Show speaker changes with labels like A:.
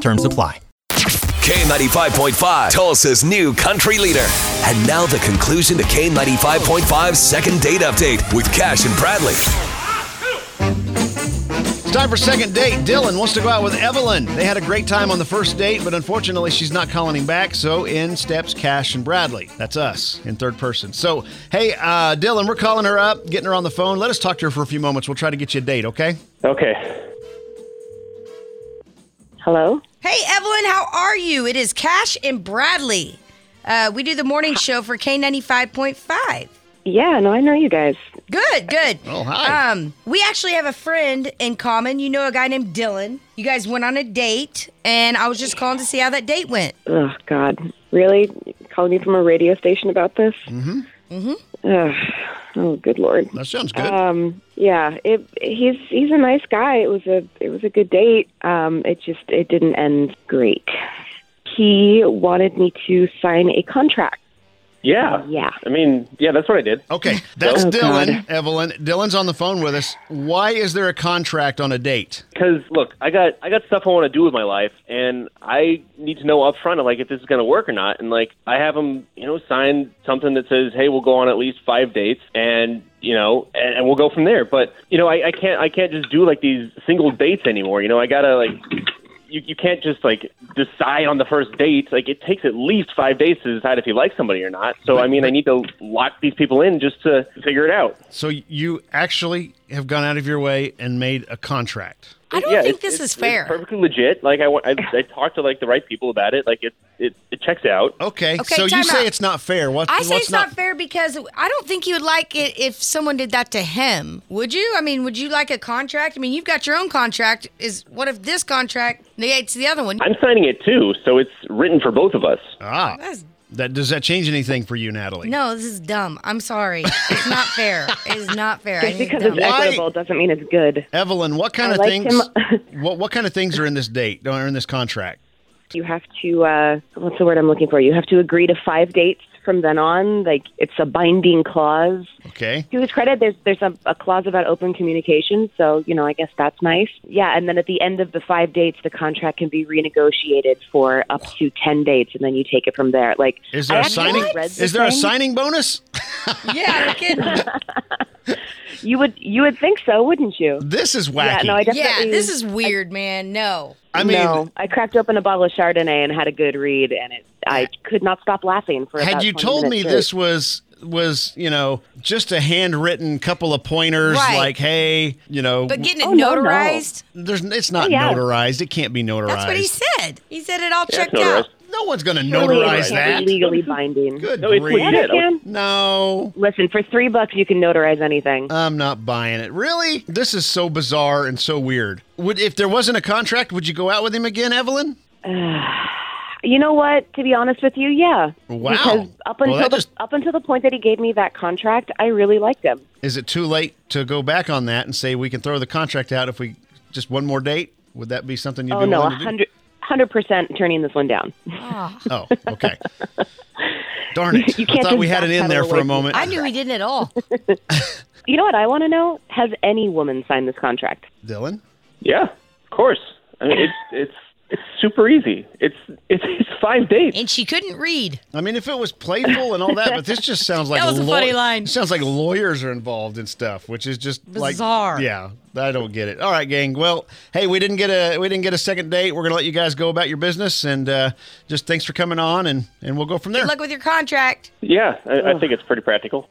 A: Terms apply.
B: K95.5, Tulsa's new country leader. And now the conclusion to K95.5's second date update with Cash and Bradley.
C: It's time for second date. Dylan wants to go out with Evelyn. They had a great time on the first date, but unfortunately, she's not calling him back. So in steps Cash and Bradley. That's us in third person. So hey, uh, Dylan, we're calling her up, getting her on the phone. Let us talk to her for a few moments. We'll try to get you a date. Okay?
D: Okay. Hello.
E: Hey, Evelyn, how are you? It is Cash and Bradley. Uh, we do the morning show for K95.5.
D: Yeah, no, I know you guys.
E: Good, good.
C: Oh, hi.
E: Um, we actually have a friend in common. You know a guy named Dylan. You guys went on a date, and I was just calling to see how that date went.
D: Oh God, really? Calling me from a radio station about this?
C: Mm-hmm.
D: Ugh. Oh, good lord.
C: That sounds good.
D: Um, yeah, it, he's he's a nice guy. It was a it was a good date. Um, it just it didn't end great. He wanted me to sign a contract.
F: Yeah.
D: Yeah.
F: I mean, yeah, that's what I did.
C: okay, that's
D: Oh,
C: Dylan.
D: God.
C: Evelyn, Dylan's on the phone with us. Why is there a contract on a date?
F: Because look, I got I got stuff I want to do with my life, and I need to know upfront, like if this is going to work or not. And like, I have him, you know, sign something that says, "Hey, we'll go on at least five dates," and you know, and, and we'll go from there. But you know, I, I can't I can't just do like these single dates anymore. You know, I gotta like. You, you can't just like decide on the first date. Like it takes at least five days to decide if you like somebody or not. So I mean, I need to lock these people in just to figure it out.
C: So you actually have gone out of your way and made a contract.
E: I don't
F: yeah,
E: think
F: it's-
E: this
F: it's-
E: is fair.
F: It's perfectly legit. Like I, wa- I, I talked to like the right people about it. Like it, it, it checks out.
C: Okay.
E: Okay,
C: so you
E: time
C: say
E: out.
C: it's not fair. What,
E: I say
C: what's
E: it's not fair because I don't think you would like it if someone did that to him. Would you? I mean, would you like a contract? I mean, you've got your own contract. Is what if this contract negates the other one?
F: I'm signing it too, so it's written for both of us.
C: ah.
E: That's-
C: That does that change anything for you, Natalie?
E: no, this is dumb. I'm sorry. It's not fair. It is not fair. I
D: Just
E: think
D: because
E: dumb.
D: it's equitable doesn't mean it's good.
C: Evelyn, what kind
D: I
C: of
D: liked
C: things?
D: him.
C: what what kind of things are in this date? Are in this contract?
D: You have to uh, what's the word I'm looking for? You have to agree to five dates from then on. Like it's a binding clause.
C: Okay.
D: to his credit, there's there's a, a clause about open communication, so you know I guess that's nice. Yeah, and then at the end of the five dates, the contract can be renegotiated for up to ten dates, and then you take it from there. Like,
C: Is there
D: I
C: a
D: actually
C: signing?
D: read the
C: Is there a
D: thing.
C: signing bonus?
E: Yeah, no kidding.
D: You would you would think so, wouldn't you?
C: This is
D: Yeah,
C: wacky.
D: no, I
E: yeah,
D: definitely.
E: this is weird, man. No.
C: I mean,
D: no, I cracked open a bottle of Chardonnay and had a good read, and it I could not stop laughing for.
C: had
D: about
C: you
D: 20
C: told me
D: minutes
C: this was was you know just a handwritten couple of pointers
E: Right.
C: like hey you know
E: But getting it
D: Oh, no, no.
E: notarized,
C: there's it's not
D: Oh, Yeah.
C: notarized it can't be notarized
E: that's what he said. He said it all
F: Yeah, it's
E: checked out.
F: notarized.
C: no one's gonna
D: Surely it
C: notarize
D: can't
C: that
D: be legally binding.
C: good
F: No, it's
C: grief.
D: Yeah, it
F: legit.
D: can.
C: no
D: Listen, for three bucks, you can notarize anything.
C: I'm not buying it really this is so bizarre and so weird would if there wasn't a contract would you go out with him again Evelyn
D: You know what? To be honest with you, yeah.
C: Wow.
D: Because up
C: Well,
D: until
C: that
D: the,
C: just-
D: up until the point that he gave me that contract, I really liked him.
C: is it too late to go back on that and say we can throw the contract out if we just one more date would that be something you'd
D: Oh
C: be
D: no, a
C: willing to do?
D: hundred hundred percent turning this one down.
C: Oh, okay. Darn it.
D: You
C: I
D: can't
C: thought
D: just
C: we had it in
D: backpedal
C: there for
D: away
C: a
D: from-
C: moment.
E: I knew he didn't at all.
D: You know what I want to know? Has any woman signed this contract?
C: Dylan?
F: Yeah, of course. I mean, it's it's it's super easy. It's it's, it's five dates.
E: And she couldn't read.
C: I mean, if it was playful and all that, but this just sounds like
E: That was a funny
C: law-
E: line.
C: Sounds like lawyers are involved in stuff, which is just
E: Bizarre.
C: Like, yeah, I don't get it. All right, gang. Well, hey, we didn't get a we didn't get a second date. We're gonna let you guys go about your business, and uh, just thanks for coming on, and and we'll go from there.
E: Good luck with your contract.
F: Yeah, I, I think it's pretty practical.